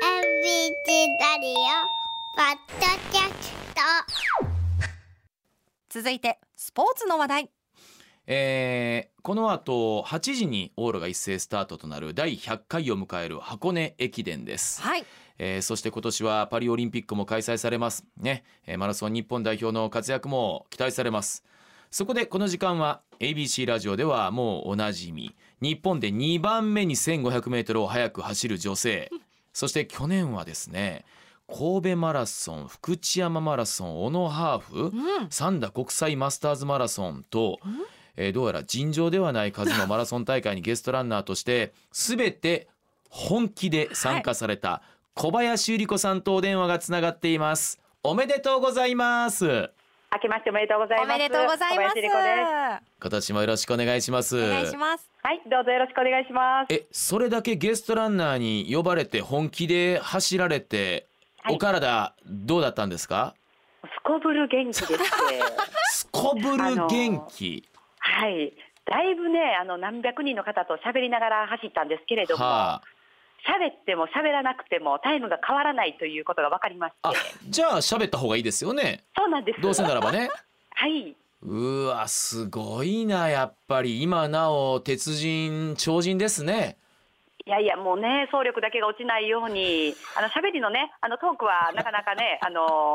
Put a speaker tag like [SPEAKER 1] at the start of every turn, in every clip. [SPEAKER 1] チラリオポッドキャスト
[SPEAKER 2] 続いてスポーツの話題
[SPEAKER 3] えーこの後8時に往路が一斉スタートとなる第100回を迎える箱根駅伝です、
[SPEAKER 2] はい
[SPEAKER 3] えーそして今年はパリオリンピックも開催されますね、えーマラソン日本代表の活躍も期待されますそこでこの時間は ABC ラジオではもうおなじみ日本で2番目に 1500m を速く走る女性そして去年はですね神戸マラソン福知山マラソン小野ハーフ
[SPEAKER 2] うん
[SPEAKER 3] 三田国際マスターズマラソンと、えーどうやら尋常ではない数のマラソン大会にゲストランナーとして全て本気で参加された小林百合子さんとお電話がつながっていますおめでとうございます
[SPEAKER 4] 明けましておめでとうござい
[SPEAKER 2] お
[SPEAKER 4] ます。
[SPEAKER 2] めでとうございます
[SPEAKER 4] 小林理子です。
[SPEAKER 3] 今年もよろしくお願いします
[SPEAKER 2] お願いします
[SPEAKER 4] はい、どうぞよろしくお願いします。
[SPEAKER 3] えそれだけゲストランナーに呼ばれて本気で走られて、
[SPEAKER 4] はい
[SPEAKER 3] お体どうだったんですか
[SPEAKER 4] すこぶる元気 です。
[SPEAKER 3] すこぶる元気、
[SPEAKER 4] はい。だいぶね、あの何百人の方と喋りながら走ったんですけれども、
[SPEAKER 3] は
[SPEAKER 4] 喋っても喋らなくてもタイムが変わらないということが分かりまし
[SPEAKER 3] あ、あ
[SPEAKER 4] て、
[SPEAKER 3] じゃあ喋った方がいいですよね
[SPEAKER 4] そうなんです。
[SPEAKER 3] どうせならばね
[SPEAKER 4] はい。
[SPEAKER 3] うわすごいなやっぱり今なお鉄人超人ですね
[SPEAKER 4] いやいやもうね総力だけが落ちないようにあの喋りのねあのトークはなかなか ねあの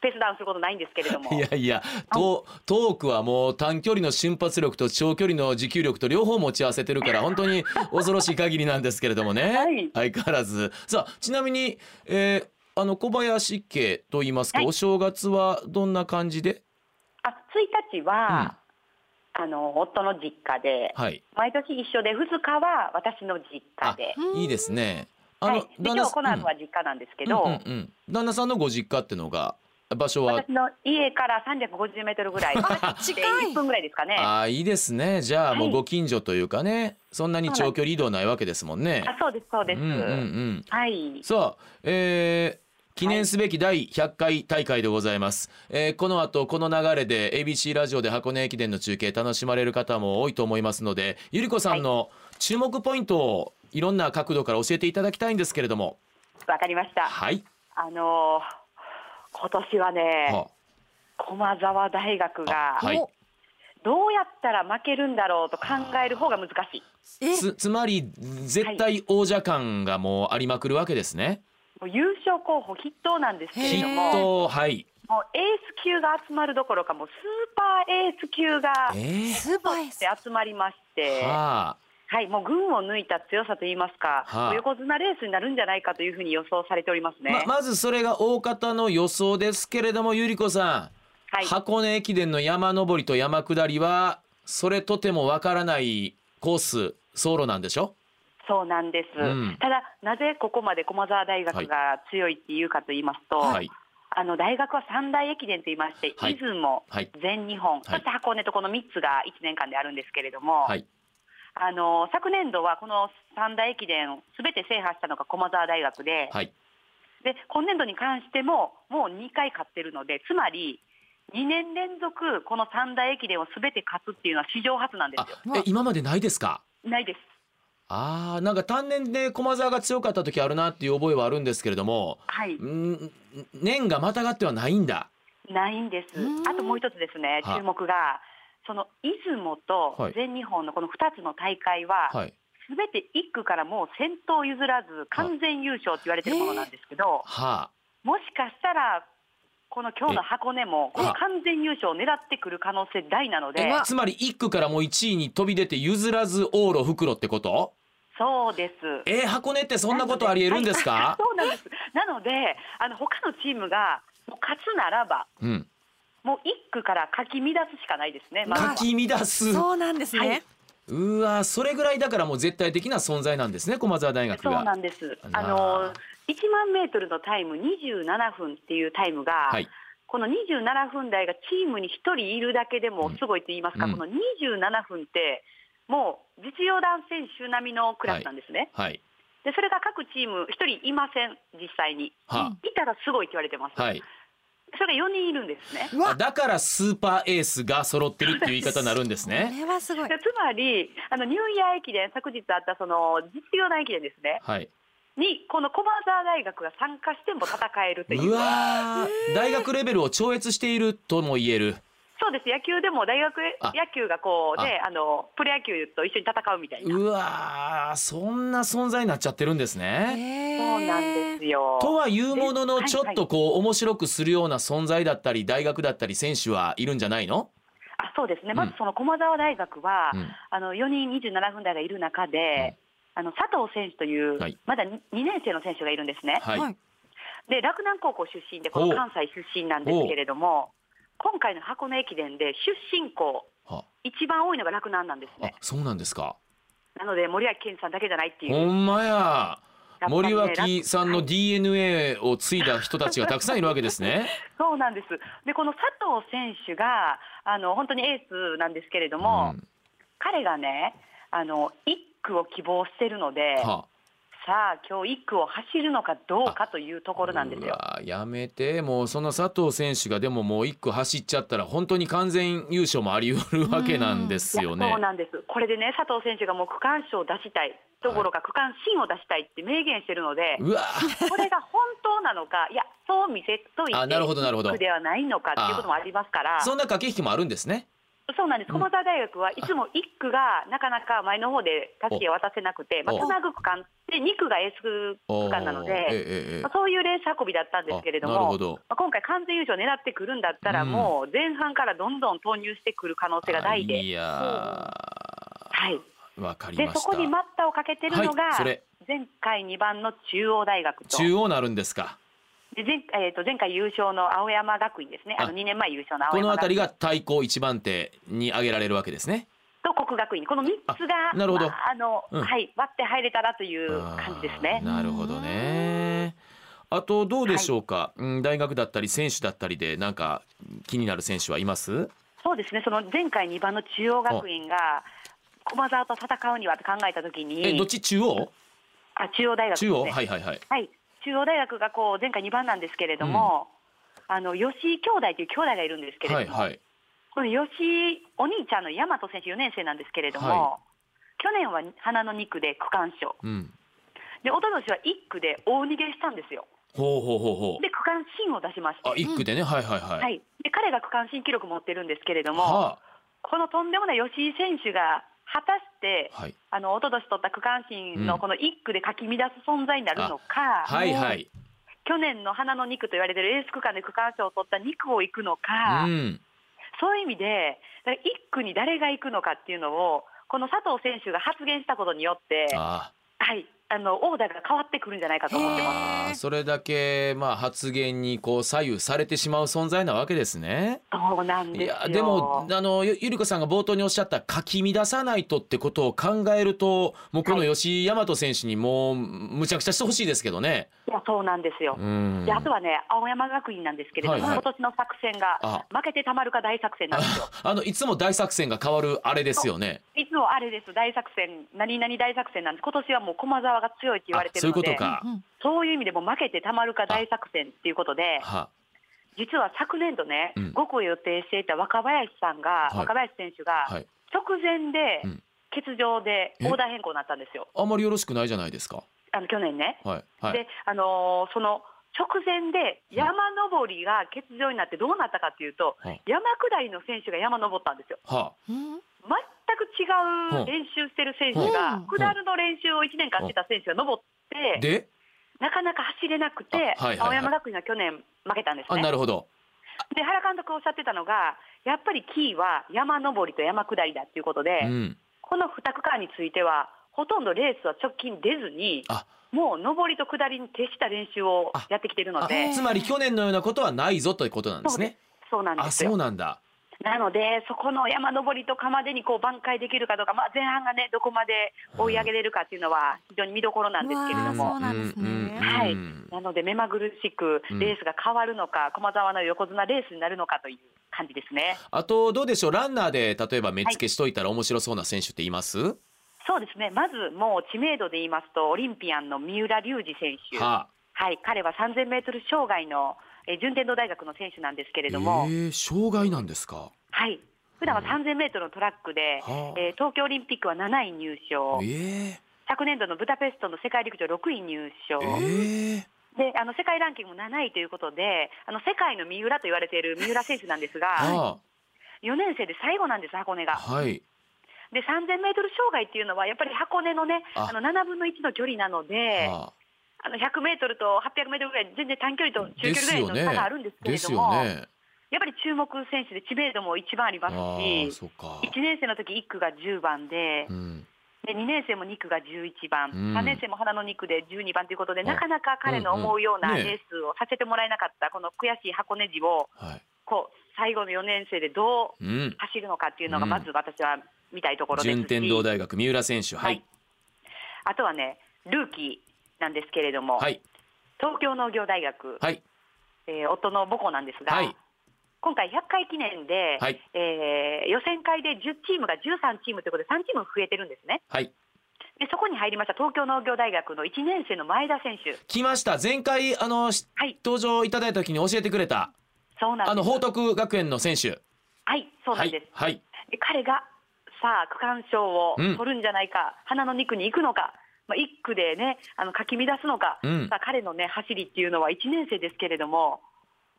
[SPEAKER 4] ペースダウンすることないんですけれども
[SPEAKER 3] いやいやトトークはもう短距離の瞬発力と長距離の持久力と両方持ち合わせてるから本当に恐ろしい限りなんですけれどもね、
[SPEAKER 4] はい
[SPEAKER 3] 相変わらずさあちなみに、えーあの小林家と言いますか、
[SPEAKER 4] はい
[SPEAKER 3] お正月はどんな感じで
[SPEAKER 4] あ1日は、あの夫の実家で、
[SPEAKER 3] はい
[SPEAKER 4] 毎年一緒で2日は私の実家で。
[SPEAKER 2] うん
[SPEAKER 3] いいですねあ
[SPEAKER 4] は
[SPEAKER 3] の、
[SPEAKER 4] い、で今日この後は
[SPEAKER 3] うん
[SPEAKER 4] 実家なんですけど、
[SPEAKER 3] うんうんうん旦那さんのご実家ってのが場所は
[SPEAKER 4] 私の家から350メートルぐらい、
[SPEAKER 2] 近
[SPEAKER 4] で
[SPEAKER 2] い
[SPEAKER 4] 1分ぐらいですかね。あ
[SPEAKER 3] ああいいですねじゃあも
[SPEAKER 4] は
[SPEAKER 3] う
[SPEAKER 4] い
[SPEAKER 3] ご近所というかね、そんなに長距離移動ないわけですもんね。
[SPEAKER 4] そうですそう
[SPEAKER 3] う
[SPEAKER 4] で
[SPEAKER 3] ん
[SPEAKER 4] す。
[SPEAKER 3] うんうん、
[SPEAKER 4] はい、
[SPEAKER 3] さあ、えー記念すべき第100回大会でございます、えーこの後この流れで ABC ラジオで箱根駅伝の中継楽しまれる方も多いと思いますのでゆり子さんの注目ポイントをいろんな角度から教えていただきたいんですけれども
[SPEAKER 4] わかりました。
[SPEAKER 3] はい、
[SPEAKER 4] あのー今年はね、
[SPEAKER 3] は
[SPEAKER 4] 駒澤大学
[SPEAKER 3] あ
[SPEAKER 4] が
[SPEAKER 3] はい
[SPEAKER 2] お
[SPEAKER 4] どうやったら負けるんだろうと考える方が難しい。
[SPEAKER 2] え
[SPEAKER 3] つつまり絶対王者感がもうありまくるわけですね、
[SPEAKER 4] もう優勝候補筆頭なんですけ
[SPEAKER 2] へ
[SPEAKER 4] れ
[SPEAKER 3] き
[SPEAKER 4] ど
[SPEAKER 3] っ
[SPEAKER 4] も、
[SPEAKER 3] とはい
[SPEAKER 4] もうエース級が集まるどころか、もうスーパーエース級が
[SPEAKER 3] えー
[SPEAKER 2] スーパーエース
[SPEAKER 4] 集まりまして。
[SPEAKER 3] はあ
[SPEAKER 4] はい、もう群を抜いた強さといいますか、
[SPEAKER 3] はあ
[SPEAKER 4] もう横綱レースになるんじゃないかというふうに予想されておりますね。
[SPEAKER 3] ままずそれが大方の予想ですけれどもゆり子さん、
[SPEAKER 4] はい、
[SPEAKER 3] 箱根駅伝の山登りと山下りはそれとてもわからないコース走路なんでしょ
[SPEAKER 4] そうなんです、
[SPEAKER 3] うん
[SPEAKER 4] ただ、なぜここまで駒澤大学が強いっていうかと言いますと、
[SPEAKER 3] はい
[SPEAKER 4] あの大学は三大駅伝と言いまして、
[SPEAKER 3] はい
[SPEAKER 4] 出雲、
[SPEAKER 3] はい
[SPEAKER 4] 全日本、そして箱根とこの3つが1年間であるんですけれども、
[SPEAKER 3] はい
[SPEAKER 4] あの昨年度はこの三大駅伝をすべて制覇したのが駒澤大学で、
[SPEAKER 3] はい
[SPEAKER 4] で今年度に関してももう2回勝ってるのでつまり2年連続この三大駅伝をすべて勝つっていうのは史上初なんで
[SPEAKER 3] あ
[SPEAKER 4] すよ。
[SPEAKER 3] え今までないですか
[SPEAKER 4] ないです。
[SPEAKER 3] あーなんか単年で駒澤が強かった時あるなっていう覚えはあるんですけれども
[SPEAKER 4] はい、
[SPEAKER 3] ん年がまたがってはないんだ
[SPEAKER 4] ないんです
[SPEAKER 2] うん。
[SPEAKER 4] あともう一つですね、
[SPEAKER 3] はい
[SPEAKER 4] 注目が、その出雲
[SPEAKER 3] は
[SPEAKER 4] と
[SPEAKER 3] い
[SPEAKER 4] 全日本のこの2つの大会は、
[SPEAKER 3] はい
[SPEAKER 4] すべて1区からもう先頭譲らず、完全優勝って言われてるものなんですけど、
[SPEAKER 3] は
[SPEAKER 4] もしかしたら、この今日の箱根も、この完全優勝を狙ってくる可能性大なの
[SPEAKER 2] え
[SPEAKER 4] で
[SPEAKER 2] うわ、
[SPEAKER 3] あつまり1区からもう1位に飛び出て譲らず往路袋ってこと
[SPEAKER 4] そうです。
[SPEAKER 3] えー箱根ってそんなことありえるんですか、
[SPEAKER 4] そうなんです。なので、あの他のチームがもう勝つならば、
[SPEAKER 3] うん
[SPEAKER 4] もう1区からかき乱すしかないですね。まず
[SPEAKER 3] か
[SPEAKER 4] は
[SPEAKER 3] き乱す
[SPEAKER 2] そうなんです
[SPEAKER 4] は
[SPEAKER 2] ね
[SPEAKER 4] いう
[SPEAKER 3] わそれぐらいだからもう絶対的な存在なんですね駒澤大学
[SPEAKER 4] そうな
[SPEAKER 3] が。
[SPEAKER 4] んです。
[SPEAKER 3] あ
[SPEAKER 4] あ
[SPEAKER 3] ら
[SPEAKER 4] の1万メートルのタイム27分っていうタイムが、
[SPEAKER 3] はい
[SPEAKER 4] この27分台がチームに1人いるだけでもすごいと言いますか、
[SPEAKER 3] うん
[SPEAKER 4] この27分ってもう実業団選手並みのクラスなんですね。
[SPEAKER 3] はい
[SPEAKER 4] でそれが各チーム1人いません実際に。
[SPEAKER 3] はい
[SPEAKER 4] たらすごいって言われてます。
[SPEAKER 3] あはい、
[SPEAKER 4] それが4人いるんですね。
[SPEAKER 2] うわ
[SPEAKER 3] あだからスーパーエースが揃ってるっていう言い方になるんです
[SPEAKER 2] こ
[SPEAKER 3] ね。
[SPEAKER 2] れはすごい
[SPEAKER 4] でつまりあのニューイヤー駅伝昨日あったその実業団駅伝ですね。
[SPEAKER 3] はい、
[SPEAKER 4] にこの駒澤大学が参加しても戦えるという
[SPEAKER 3] うわー大学レベルを超越しているとも言える
[SPEAKER 4] そうです野球でも大学
[SPEAKER 3] あ
[SPEAKER 4] 野球がこうねあのプロ野球と一緒に戦うみたいな
[SPEAKER 3] うわーそんな存在になっちゃってるんですね。
[SPEAKER 4] そうなんですよ
[SPEAKER 3] とはいうもの
[SPEAKER 4] はい
[SPEAKER 3] の
[SPEAKER 4] はい
[SPEAKER 3] ちょっとこう面白くするような存在だったり大学だったり選手はいるんじゃないの、
[SPEAKER 4] あそうですね
[SPEAKER 3] ん
[SPEAKER 4] まずその駒澤大学は、
[SPEAKER 3] うん
[SPEAKER 4] あの4人27分台がいる中で、あの佐藤選手という、
[SPEAKER 3] はい
[SPEAKER 4] まだ2年生の選手がいるんですね、
[SPEAKER 3] はい、
[SPEAKER 2] はい
[SPEAKER 4] で洛南高校出身でこの関西出身なんですけれども今回の箱根駅伝で出身校
[SPEAKER 3] は
[SPEAKER 4] 一番多いのが洛南なんです
[SPEAKER 3] あ
[SPEAKER 4] ね
[SPEAKER 3] そうなんですか
[SPEAKER 4] なので森脇健児さんだけじゃないっていう
[SPEAKER 3] ほんまや
[SPEAKER 4] やっぱりね
[SPEAKER 3] 森脇さん
[SPEAKER 4] は
[SPEAKER 3] の
[SPEAKER 4] い
[SPEAKER 3] DNA を継いだ人たちがたくさんいるわけですね。
[SPEAKER 4] そうなんですでこの佐藤選手があの本当にエースなんですけれど も、
[SPEAKER 3] うん
[SPEAKER 4] 彼がねあの1区を希望してるので、
[SPEAKER 3] は
[SPEAKER 4] さあ今日1区を走るのかどうかというところなんです
[SPEAKER 3] う
[SPEAKER 4] よ。
[SPEAKER 3] わやめてもうその佐藤選手がでももう一区走っちゃったら本当に完全優勝もあり得るわけなんですよ
[SPEAKER 4] いや
[SPEAKER 3] ね
[SPEAKER 4] そう。なんですこれでね佐藤選手がもう区間賞を出したいどころか区間新を出したいって明言してるの で、
[SPEAKER 3] うわ
[SPEAKER 4] これが本当なのかいやそう見せといて
[SPEAKER 3] あなるほどなるほど
[SPEAKER 4] 1区ではないのかっていうこともありますから
[SPEAKER 3] そんな駆け引きもあるんですね。
[SPEAKER 4] そうなんです駒澤大学はいつも1区がなかなか前の方でたすきを渡せなくて、まあ、
[SPEAKER 3] お
[SPEAKER 4] つなぐ区間で2区がエース
[SPEAKER 3] お
[SPEAKER 4] 区間なの
[SPEAKER 3] えええ
[SPEAKER 4] で、
[SPEAKER 3] ええ
[SPEAKER 4] まあ、そういうレース運びだった
[SPEAKER 3] え
[SPEAKER 4] んですけれど
[SPEAKER 3] あなる
[SPEAKER 4] も
[SPEAKER 3] ほ。ど。
[SPEAKER 4] まあ、今回、完全優勝を狙ってくるんだったら、
[SPEAKER 3] うん
[SPEAKER 4] もう前半からどんどん投入してくる可能性が大
[SPEAKER 3] あい
[SPEAKER 4] で、
[SPEAKER 3] や
[SPEAKER 4] はい、
[SPEAKER 3] ーわかり
[SPEAKER 4] で
[SPEAKER 3] ま
[SPEAKER 4] そ
[SPEAKER 3] した
[SPEAKER 4] こ。に待ったをかけてるのが、
[SPEAKER 3] はいそれ
[SPEAKER 4] 前回2番の中央大学と、
[SPEAKER 3] 中央なるんですか。
[SPEAKER 4] で前,、えー、と前回優勝の青山学院ですね、あ
[SPEAKER 3] あ
[SPEAKER 4] の2年前優勝の青
[SPEAKER 3] この
[SPEAKER 4] 山
[SPEAKER 3] あた
[SPEAKER 4] 学
[SPEAKER 3] り
[SPEAKER 4] 院
[SPEAKER 3] が対抗一番手に挙げられるわけですね。
[SPEAKER 4] と国学院、この3つが
[SPEAKER 3] あなるほど
[SPEAKER 4] まああの
[SPEAKER 3] うん
[SPEAKER 4] はい、割って入れたらという感じですね
[SPEAKER 3] あー。なるほどね。あとどうでしょうか、うん、大学だったり選手だったりでなんか気になる選手はいます
[SPEAKER 4] そうですねその前回2番の中央学院が駒澤と戦うにはと考えたとき
[SPEAKER 3] えどっ
[SPEAKER 4] に、
[SPEAKER 3] ち中央
[SPEAKER 4] あ中央大学です
[SPEAKER 3] 中央
[SPEAKER 4] ね
[SPEAKER 3] は。いはいはい
[SPEAKER 4] はい、中央大学がこう前回2番なんですけれども、あの吉井兄弟という兄弟がいるんですけれ
[SPEAKER 3] は
[SPEAKER 4] ど
[SPEAKER 3] い
[SPEAKER 4] も、
[SPEAKER 3] はい
[SPEAKER 4] この吉井お兄ちゃんの大和選手4年生なんですけれども、
[SPEAKER 3] は
[SPEAKER 4] 去年は花の2区で区間賞
[SPEAKER 3] うん
[SPEAKER 4] で一昨年は1区で大逃げしたんですよ
[SPEAKER 3] ほうほうほうほ
[SPEAKER 4] で区間新を出しまして
[SPEAKER 3] うあ一区でね、はいはいはい、
[SPEAKER 4] はい、で彼が区間新記録持ってるんですけれども、
[SPEAKER 3] は
[SPEAKER 4] このとんでもない吉井選手が果たして
[SPEAKER 3] あ、はい
[SPEAKER 4] あの一昨年取った区間新
[SPEAKER 3] う
[SPEAKER 4] の
[SPEAKER 3] ん
[SPEAKER 4] この1区でかき乱す存在になるのか、
[SPEAKER 3] はいはい
[SPEAKER 4] 去年の花の2区と言われてるエース区間で区間賞を取った2区を行くのか、
[SPEAKER 3] うん
[SPEAKER 4] そういう意味で、だから1区に誰が行くのかっていうのを、この佐藤選手が発言したことによって、
[SPEAKER 3] あ
[SPEAKER 4] はい、あのオーダーが変わってくるんじゃないかと思ってます。
[SPEAKER 3] あーそれだけまあ発言にこう左右されてしまう存在なわけですね
[SPEAKER 4] そうなんです
[SPEAKER 3] い
[SPEAKER 4] よ。
[SPEAKER 3] やでもあのゆゆり子さんが冒頭におっしゃったかき乱さないとってことを考えるともうこの吉井大和選手にもうむちゃくちゃしてほしいですけどね。
[SPEAKER 4] いやそうなんですよ。
[SPEAKER 3] うん
[SPEAKER 4] であとはね、青山学院なんですけれども、
[SPEAKER 3] はいはい
[SPEAKER 4] 今年の作戦が
[SPEAKER 3] あ、
[SPEAKER 4] 負けてたまるか大作戦なんですよ。
[SPEAKER 3] あのいつも大作戦が変わるあれですよね。
[SPEAKER 4] いつもあれです、大作戦、何々大作戦なんです、今年はもう駒澤が強いって言われてるの
[SPEAKER 3] あそ
[SPEAKER 4] で、
[SPEAKER 3] ういうことか
[SPEAKER 2] うんうん
[SPEAKER 4] そういう意味でも負けてたまるか大作戦っていうことで、
[SPEAKER 3] は
[SPEAKER 4] 実は昨年度ね、
[SPEAKER 3] うん
[SPEAKER 4] 5個予定していた若林さんが、
[SPEAKER 3] はい
[SPEAKER 4] 若林選手が
[SPEAKER 3] はい。
[SPEAKER 4] 直前で
[SPEAKER 3] うん
[SPEAKER 4] 欠場で
[SPEAKER 3] え
[SPEAKER 4] オーダー変更になったんですよ、
[SPEAKER 3] あんまりよろしくないじゃないですか。
[SPEAKER 4] あの去年ね。
[SPEAKER 3] はいはい。
[SPEAKER 4] で、あのーその直前で山登りが欠場になってどうなったかというと、
[SPEAKER 3] はい
[SPEAKER 4] 山下りの選手が山登ったんですよ。
[SPEAKER 3] は
[SPEAKER 2] うん
[SPEAKER 4] 全く違う練習してる選手
[SPEAKER 2] う
[SPEAKER 4] が
[SPEAKER 2] ん、
[SPEAKER 4] 下るの練習を1年間してた選手が登って、
[SPEAKER 3] で
[SPEAKER 4] なかなか走れなくて、
[SPEAKER 3] あはいはいはい
[SPEAKER 4] 青山学院は去年負けたんです
[SPEAKER 3] あ
[SPEAKER 4] ね
[SPEAKER 3] な。るほど。
[SPEAKER 4] で原監督がおっしゃってたのが、やっぱりキーは山登りと山下りだっていうことで、
[SPEAKER 3] うん。
[SPEAKER 4] この2区間については、ほとんどレースは直近出ずに、
[SPEAKER 3] あ
[SPEAKER 4] もう上りと下りに徹した練習をやってきてるの
[SPEAKER 3] あ
[SPEAKER 4] で、
[SPEAKER 3] つまり去年のようなことはないぞということなんですね。
[SPEAKER 4] そうなんで
[SPEAKER 3] あ
[SPEAKER 4] す
[SPEAKER 3] そう
[SPEAKER 4] よ。
[SPEAKER 3] なんだ。
[SPEAKER 4] なので、そこの山登りとかまでにこう挽回できるかどうか、まあ、前半がね、どこまで追い上げれるかっていうのは、非常に見どころなんですけれど
[SPEAKER 2] うわー
[SPEAKER 4] も
[SPEAKER 2] そ。うなんですね
[SPEAKER 4] はいなので目まぐるしく
[SPEAKER 3] うん
[SPEAKER 4] レースが変わるのか、駒澤の横綱レースになるのかという感じですね。
[SPEAKER 3] あとどうでしょうランナーで例えば目付けしといたら面白そうな選手っています？
[SPEAKER 4] そうですねまずもう知名度で言いますと、オリンピアンの三浦龍司選手、
[SPEAKER 3] はあ。
[SPEAKER 4] はい、彼は3000メートル障害のえー順天堂大学の選手なんですけれども、
[SPEAKER 3] えー障害なんですか。
[SPEAKER 4] はい普段は3000メートルのトラックで、
[SPEAKER 3] はあ
[SPEAKER 4] えー東京オリンピックは7位入賞、
[SPEAKER 3] ええ
[SPEAKER 4] 昨年度のブダペストの世界陸上6位入賞、
[SPEAKER 3] ええ
[SPEAKER 4] であの世界ランキングも7位ということであの世界の三浦と言われている三浦選手なんです が
[SPEAKER 3] あ
[SPEAKER 4] 4年生で最後なんです箱根
[SPEAKER 3] あ
[SPEAKER 4] が。
[SPEAKER 3] はい
[SPEAKER 4] で 3000m 障害っていうのはやっぱり箱根のね
[SPEAKER 3] あ
[SPEAKER 4] あの7分の1の距離なので
[SPEAKER 3] あ
[SPEAKER 4] あの 100m と 800m ぐらい全然短距離と中
[SPEAKER 3] で
[SPEAKER 4] 距
[SPEAKER 3] す
[SPEAKER 4] 離ぐ
[SPEAKER 3] よ
[SPEAKER 4] ら
[SPEAKER 3] ね
[SPEAKER 4] いの差があるんですけ
[SPEAKER 3] で
[SPEAKER 4] れど
[SPEAKER 3] すよ
[SPEAKER 4] も、
[SPEAKER 3] ね
[SPEAKER 4] やっぱり注目選手で知名度も一番あります
[SPEAKER 3] ああ
[SPEAKER 4] し
[SPEAKER 3] そっか
[SPEAKER 4] 1年生の時1区が10番で,、
[SPEAKER 3] うん
[SPEAKER 4] で2年生も2区が11番、
[SPEAKER 3] うん
[SPEAKER 4] 3年生も花の2区で12番ということで
[SPEAKER 3] あ
[SPEAKER 4] なかなか彼の思うよう
[SPEAKER 3] うん
[SPEAKER 4] な
[SPEAKER 3] うんね
[SPEAKER 4] レースをさせてもらえなかったこの悔しい箱根路を
[SPEAKER 3] はい
[SPEAKER 4] こう最後の4年生でどう
[SPEAKER 3] うん
[SPEAKER 4] 走るのかっていうの
[SPEAKER 3] う
[SPEAKER 4] が
[SPEAKER 3] ん
[SPEAKER 4] まず私は見たいところですし
[SPEAKER 3] 順天堂大学三浦選手はい
[SPEAKER 4] あとはね、ルーキーなんですけれども、
[SPEAKER 3] はい
[SPEAKER 4] 東京農業大学、
[SPEAKER 3] はい
[SPEAKER 4] えー夫の母校なんですが、
[SPEAKER 3] はい
[SPEAKER 4] 今回100回記念で、
[SPEAKER 3] はい
[SPEAKER 4] えー予選会で10チームが13チームということで3チーム増えてるんですね
[SPEAKER 3] はい
[SPEAKER 4] でそこに入りました東京農業大学の1年生の前田選手
[SPEAKER 3] 来ました前回あのし
[SPEAKER 4] はい
[SPEAKER 3] 登場いただいた時に教えてくれた
[SPEAKER 4] そうなんです
[SPEAKER 3] あの報徳学園の選手
[SPEAKER 4] はいそうな
[SPEAKER 3] は
[SPEAKER 4] んです
[SPEAKER 3] い、はい
[SPEAKER 4] で彼がさあ区間賞を
[SPEAKER 3] うん
[SPEAKER 4] 取るんじゃないか、花の2区に行くのか、まあ、1区でねあのかき乱すのか、
[SPEAKER 3] うん
[SPEAKER 4] さあ彼のね走りっていうのは1年生ですけれども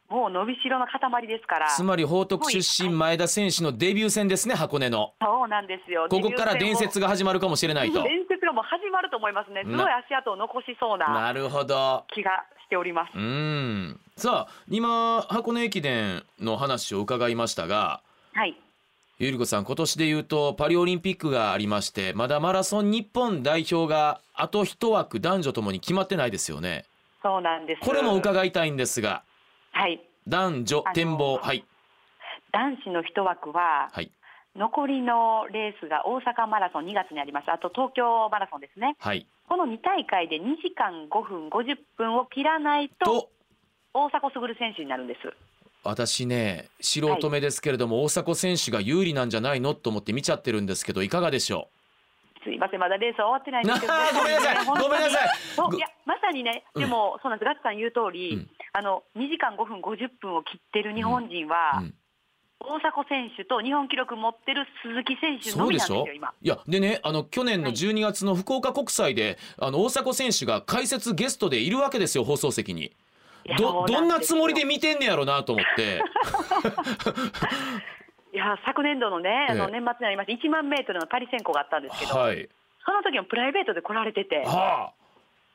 [SPEAKER 4] もう伸びしろの塊ですから
[SPEAKER 3] つまり報徳出身前田選手のデビュー戦ですね箱根の
[SPEAKER 4] そうなんですよ
[SPEAKER 3] ここから伝説
[SPEAKER 4] が
[SPEAKER 3] が始まるかもしれないと
[SPEAKER 4] 伝説がもう始まると思いますねすごい足跡を残しそうな
[SPEAKER 3] なるほど
[SPEAKER 4] 気がしております
[SPEAKER 3] うんさあ今箱根駅伝の話を伺いましたが
[SPEAKER 4] はい
[SPEAKER 3] ゆり子さん今年で言うとパリオリンピックがありましてまだマラソン日本代表があと一枠男女ともに決まってないですよね
[SPEAKER 4] そうなんです
[SPEAKER 3] これも伺いたいんですが
[SPEAKER 4] はい
[SPEAKER 3] 男女展望
[SPEAKER 4] あの
[SPEAKER 3] はい
[SPEAKER 4] 男子の一枠は
[SPEAKER 3] はい
[SPEAKER 4] 残りのレースが大阪マラソン2月にありますあと東京マラソンですね
[SPEAKER 3] はい
[SPEAKER 4] この2大会で2時間5分50分を切らないと
[SPEAKER 3] と
[SPEAKER 4] 大迫傑選手になるんです
[SPEAKER 3] 私ね素人目ですけれども、大迫選手が有利なんじゃないのと思って見ちゃってるんですけどいかがでしょ
[SPEAKER 4] すいませんまだレースは終わってないんですけど
[SPEAKER 3] ごめんな さい
[SPEAKER 4] 本当に
[SPEAKER 3] ごめんなさい
[SPEAKER 4] そう
[SPEAKER 3] ご
[SPEAKER 4] いやまさにねでも、そうなんですガッツさん言う通り、
[SPEAKER 3] うん
[SPEAKER 4] あの2時間5分50分を切ってる日本人
[SPEAKER 3] う、
[SPEAKER 4] は、
[SPEAKER 3] うん
[SPEAKER 4] 大迫選手と日本記録持ってる鈴木選手
[SPEAKER 3] そ
[SPEAKER 4] の
[SPEAKER 3] う
[SPEAKER 4] み
[SPEAKER 3] で
[SPEAKER 4] な
[SPEAKER 3] し
[SPEAKER 4] んです
[SPEAKER 3] ょ
[SPEAKER 4] よ今
[SPEAKER 3] いやでねあの去年の
[SPEAKER 4] はい
[SPEAKER 3] 12月の福岡国際で、あの大迫選手が解説ゲストでいるわけですよ放送席に。
[SPEAKER 4] いや
[SPEAKER 3] ど
[SPEAKER 4] そう
[SPEAKER 3] どんなつもり
[SPEAKER 4] す
[SPEAKER 3] で
[SPEAKER 4] よ
[SPEAKER 3] 見てんねやろなと思っ て。
[SPEAKER 4] いや昨年度のねあ
[SPEAKER 3] え
[SPEAKER 4] の
[SPEAKER 3] え
[SPEAKER 4] 年末にありました1万メートルのパリ選考があったんですけど、
[SPEAKER 3] はい。
[SPEAKER 4] その時もプライベートで来られててあ
[SPEAKER 3] は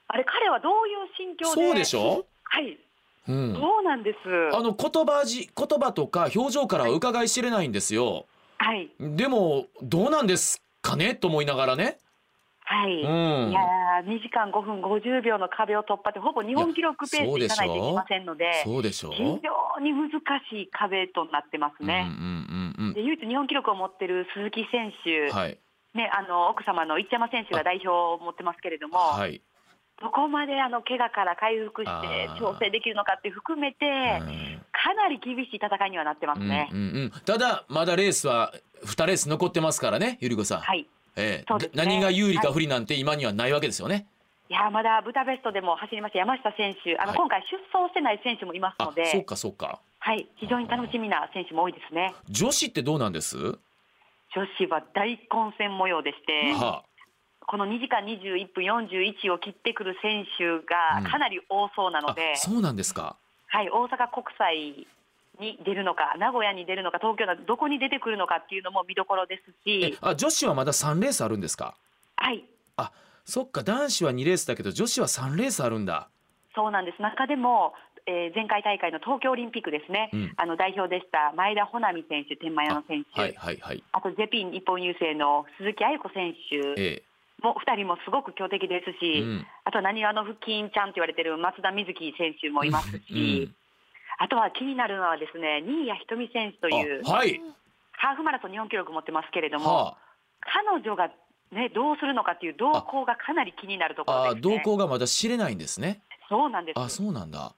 [SPEAKER 3] あ。
[SPEAKER 4] れ彼はどういう心境で
[SPEAKER 3] そうでしょ。
[SPEAKER 4] はい
[SPEAKER 3] うん。
[SPEAKER 4] そうなんです。
[SPEAKER 3] あの言葉じ言葉とか表情からは伺い知れないんですよ。
[SPEAKER 4] はい、
[SPEAKER 3] でもどうなんですかねと思いながらね。
[SPEAKER 4] はい。
[SPEAKER 3] うん
[SPEAKER 4] いやー、2時間5分50秒の壁を突破って、ほぼ日本記録ペースでいかないといけませんので、
[SPEAKER 3] そうでしょう。
[SPEAKER 4] 非常に難しい壁となってます
[SPEAKER 3] うんうん
[SPEAKER 4] ね。
[SPEAKER 3] うん
[SPEAKER 4] で唯一日本記録を持ってる鈴木選
[SPEAKER 3] う
[SPEAKER 4] 手、
[SPEAKER 3] ん。はい
[SPEAKER 4] ね、あの奥様の一山選手が代表を持ってますけれども、
[SPEAKER 3] はい。
[SPEAKER 4] どこまであの怪我から回復し
[SPEAKER 3] あ
[SPEAKER 4] て
[SPEAKER 3] ー
[SPEAKER 4] 調整できるのかって含めて、
[SPEAKER 3] うん
[SPEAKER 4] かなり厳しい戦いにはなってます
[SPEAKER 3] うんうん
[SPEAKER 4] ね。
[SPEAKER 3] うん。ただまだレースは二レース残ってますからねゆり子さん。
[SPEAKER 4] はい
[SPEAKER 3] ええ
[SPEAKER 4] そうですね
[SPEAKER 3] 何が有利か不利なんて今にはないわけですよね。
[SPEAKER 4] いやーまだブダペストでも走りました山下選手、あの
[SPEAKER 3] はい
[SPEAKER 4] 今回、出走してない選手もいますので、
[SPEAKER 3] あ、そうかそうか。
[SPEAKER 4] はい、非常に楽しみな選手も多いですね。
[SPEAKER 3] 女子ってどうなんです？
[SPEAKER 4] 女子は大混戦模様でして、
[SPEAKER 3] は
[SPEAKER 4] この2時間21分41を切ってくる選手
[SPEAKER 3] うん
[SPEAKER 4] がかなり多そうな
[SPEAKER 3] あ。
[SPEAKER 4] ので、
[SPEAKER 3] あそうなんですか。
[SPEAKER 4] はい、大阪国際に出るのか、名古屋に出るのか、東京のどこに出てくるのかっていうのも見どころです
[SPEAKER 3] え
[SPEAKER 4] し、
[SPEAKER 3] あ、女子はまだ三レースあるんですか。
[SPEAKER 4] はい、
[SPEAKER 3] あ、そっか。男子は二レースだけど女子は三レースあるんだ。
[SPEAKER 4] そうなんです、中でも、えー前回大会の東京オリンピックですね、
[SPEAKER 3] うん
[SPEAKER 4] あの代表でした前田穂波選手、天満屋の選手。
[SPEAKER 3] はいはいはい。
[SPEAKER 4] あと JP 日本郵政の鈴木愛子選手
[SPEAKER 3] え
[SPEAKER 4] も2人もすごく強敵です
[SPEAKER 3] え。
[SPEAKER 4] し、
[SPEAKER 3] うん。
[SPEAKER 4] あと、なにわの腹筋ちゃんと言われてる松田瑞生選手もいます
[SPEAKER 3] う
[SPEAKER 4] し、
[SPEAKER 3] ん
[SPEAKER 4] あとは気になるのはですね、新谷仁美選手という、
[SPEAKER 3] あ、はい。
[SPEAKER 4] ハーフマラソン日本記録持ってますけれども、
[SPEAKER 3] は
[SPEAKER 4] 彼女が、ね、どうするのかっていう動向がかなり気になるとこ
[SPEAKER 3] あ。
[SPEAKER 4] ろ
[SPEAKER 3] あ、
[SPEAKER 4] です、ね
[SPEAKER 3] 動。向がまだ知れないんですね。
[SPEAKER 4] そうなんです。
[SPEAKER 3] あ、そうなんだ。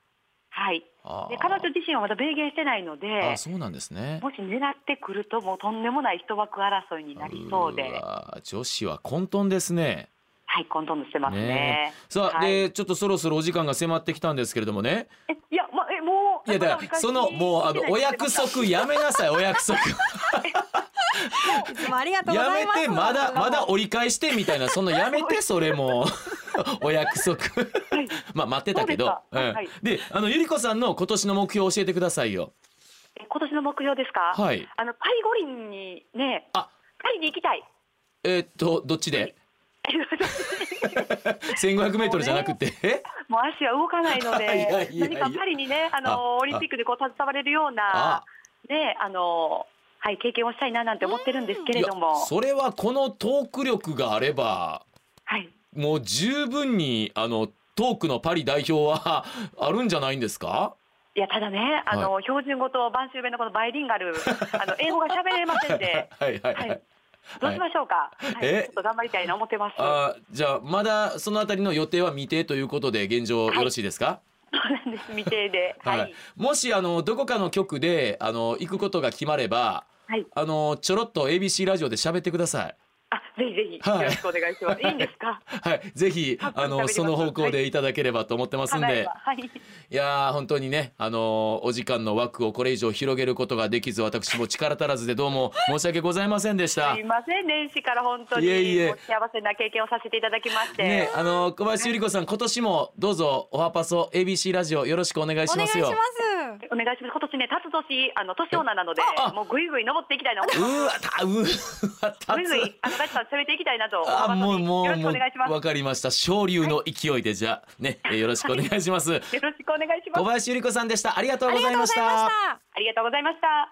[SPEAKER 4] はい。
[SPEAKER 3] あー。
[SPEAKER 4] で、彼女自身はまだ明言してないので
[SPEAKER 3] あ、、そうなんですね。
[SPEAKER 4] もし狙ってくると、もうとんでもない一枠争いになりそうで、
[SPEAKER 3] うわ女子は混沌ですね。
[SPEAKER 4] はい、混沌としてますね。
[SPEAKER 3] ねさあ、
[SPEAKER 4] はい
[SPEAKER 3] でちょっとそろそろお時間が迫ってきたんですけれどもね
[SPEAKER 4] えいや、ま、え、もう、
[SPEAKER 3] いやだ
[SPEAKER 4] ま
[SPEAKER 3] か
[SPEAKER 4] 折り返
[SPEAKER 3] ら
[SPEAKER 4] し
[SPEAKER 3] そのもうあのお約
[SPEAKER 4] してないと思
[SPEAKER 3] 束
[SPEAKER 4] ってました
[SPEAKER 3] やめなさいお約束
[SPEAKER 2] いつもありがとうご
[SPEAKER 3] や
[SPEAKER 2] ざ
[SPEAKER 3] め
[SPEAKER 2] います
[SPEAKER 3] てまだまだ
[SPEAKER 2] お
[SPEAKER 3] 折り返してみたいなそのやめ てそれも お約束 まあ待ってたけど
[SPEAKER 4] そうですか
[SPEAKER 3] ん
[SPEAKER 4] はい
[SPEAKER 3] であのゆり子さんの今年の目標を教えてくださいよ
[SPEAKER 4] え今年の目標ですか、
[SPEAKER 3] はい
[SPEAKER 4] あのパリ五輪にね
[SPEAKER 3] あ
[SPEAKER 4] パリに行きたい
[SPEAKER 3] えーっとどっちで 1500m じゃなく て、
[SPEAKER 4] もう足が動かないの で
[SPEAKER 3] いやいやいや
[SPEAKER 4] 何かパリにねあの
[SPEAKER 3] あ
[SPEAKER 4] オリンピックでこう携われるよう
[SPEAKER 3] あ
[SPEAKER 4] なねあのはい経験をしたいななんて思ってるんですけ
[SPEAKER 3] い
[SPEAKER 4] れ
[SPEAKER 3] や
[SPEAKER 4] ども
[SPEAKER 3] それはこのトーク力があれば
[SPEAKER 4] はい
[SPEAKER 3] もう十分にあのトークのパリ代表は あるんじゃないんですか
[SPEAKER 4] いやただねあの、標準語と晩秋弁のこのバイリン ガルあの英語が喋れませんで
[SPEAKER 3] はいはいはい、
[SPEAKER 4] はいどうしましょうか、はい
[SPEAKER 3] え
[SPEAKER 4] ちょっと頑張りたいな思ってます。
[SPEAKER 3] あーじゃあまだそのあたりの予定は未定ということで現状よろしいですか、
[SPEAKER 4] そうなんです未定で、
[SPEAKER 3] はい、
[SPEAKER 4] はい、
[SPEAKER 3] もしあのどこかの局であの行くことが決まれば
[SPEAKER 4] はい、
[SPEAKER 3] あのちょろっと ABC ラジオで喋ってください。
[SPEAKER 4] あぜひぜひ
[SPEAKER 3] はい
[SPEAKER 4] よろしくお願いします。い、いんです か？
[SPEAKER 3] はい、ぜひ
[SPEAKER 4] たっぷ
[SPEAKER 3] あ
[SPEAKER 4] り喋り
[SPEAKER 3] の
[SPEAKER 4] ます
[SPEAKER 3] その方向でいただければと思ってますんで、
[SPEAKER 4] 叶
[SPEAKER 3] い
[SPEAKER 4] え、ばはい、
[SPEAKER 3] やー本当にねあのお時間の枠をこれ以上広げることができず私も力足らずでどうも申し訳ございませんでした
[SPEAKER 4] すい。ません年始から本当に
[SPEAKER 3] いえいえ
[SPEAKER 4] もう幸せな経験をさせていただきまして、
[SPEAKER 3] ね、あの小林百合子さん、今年もどうぞおはパソ ABC ラジオよろしくお願いし
[SPEAKER 2] 願
[SPEAKER 3] ま
[SPEAKER 2] い
[SPEAKER 3] す
[SPEAKER 2] しま
[SPEAKER 3] よ。
[SPEAKER 2] す
[SPEAKER 4] お願いします。今年ね立つ年あの年女なので
[SPEAKER 3] ああ
[SPEAKER 4] もうぐいぐい登っていきたいな。
[SPEAKER 3] うーわたうー わた
[SPEAKER 4] ぐいぐいあのガチさん攻めていきたいなと。
[SPEAKER 3] あもうも
[SPEAKER 4] よ
[SPEAKER 3] う
[SPEAKER 4] ろしく
[SPEAKER 3] も
[SPEAKER 4] お
[SPEAKER 3] う
[SPEAKER 4] 願いします。
[SPEAKER 3] わかりました昇竜の勢いでじゃあねえーよろしくお願いします
[SPEAKER 4] よろしくお願いし
[SPEAKER 3] 小
[SPEAKER 4] ます。
[SPEAKER 3] 林百合子さんでしたありがとう
[SPEAKER 2] あ
[SPEAKER 3] ご
[SPEAKER 2] りが
[SPEAKER 3] ざい
[SPEAKER 2] とうご
[SPEAKER 3] まし
[SPEAKER 2] ざいましたた
[SPEAKER 4] ありがとうございました。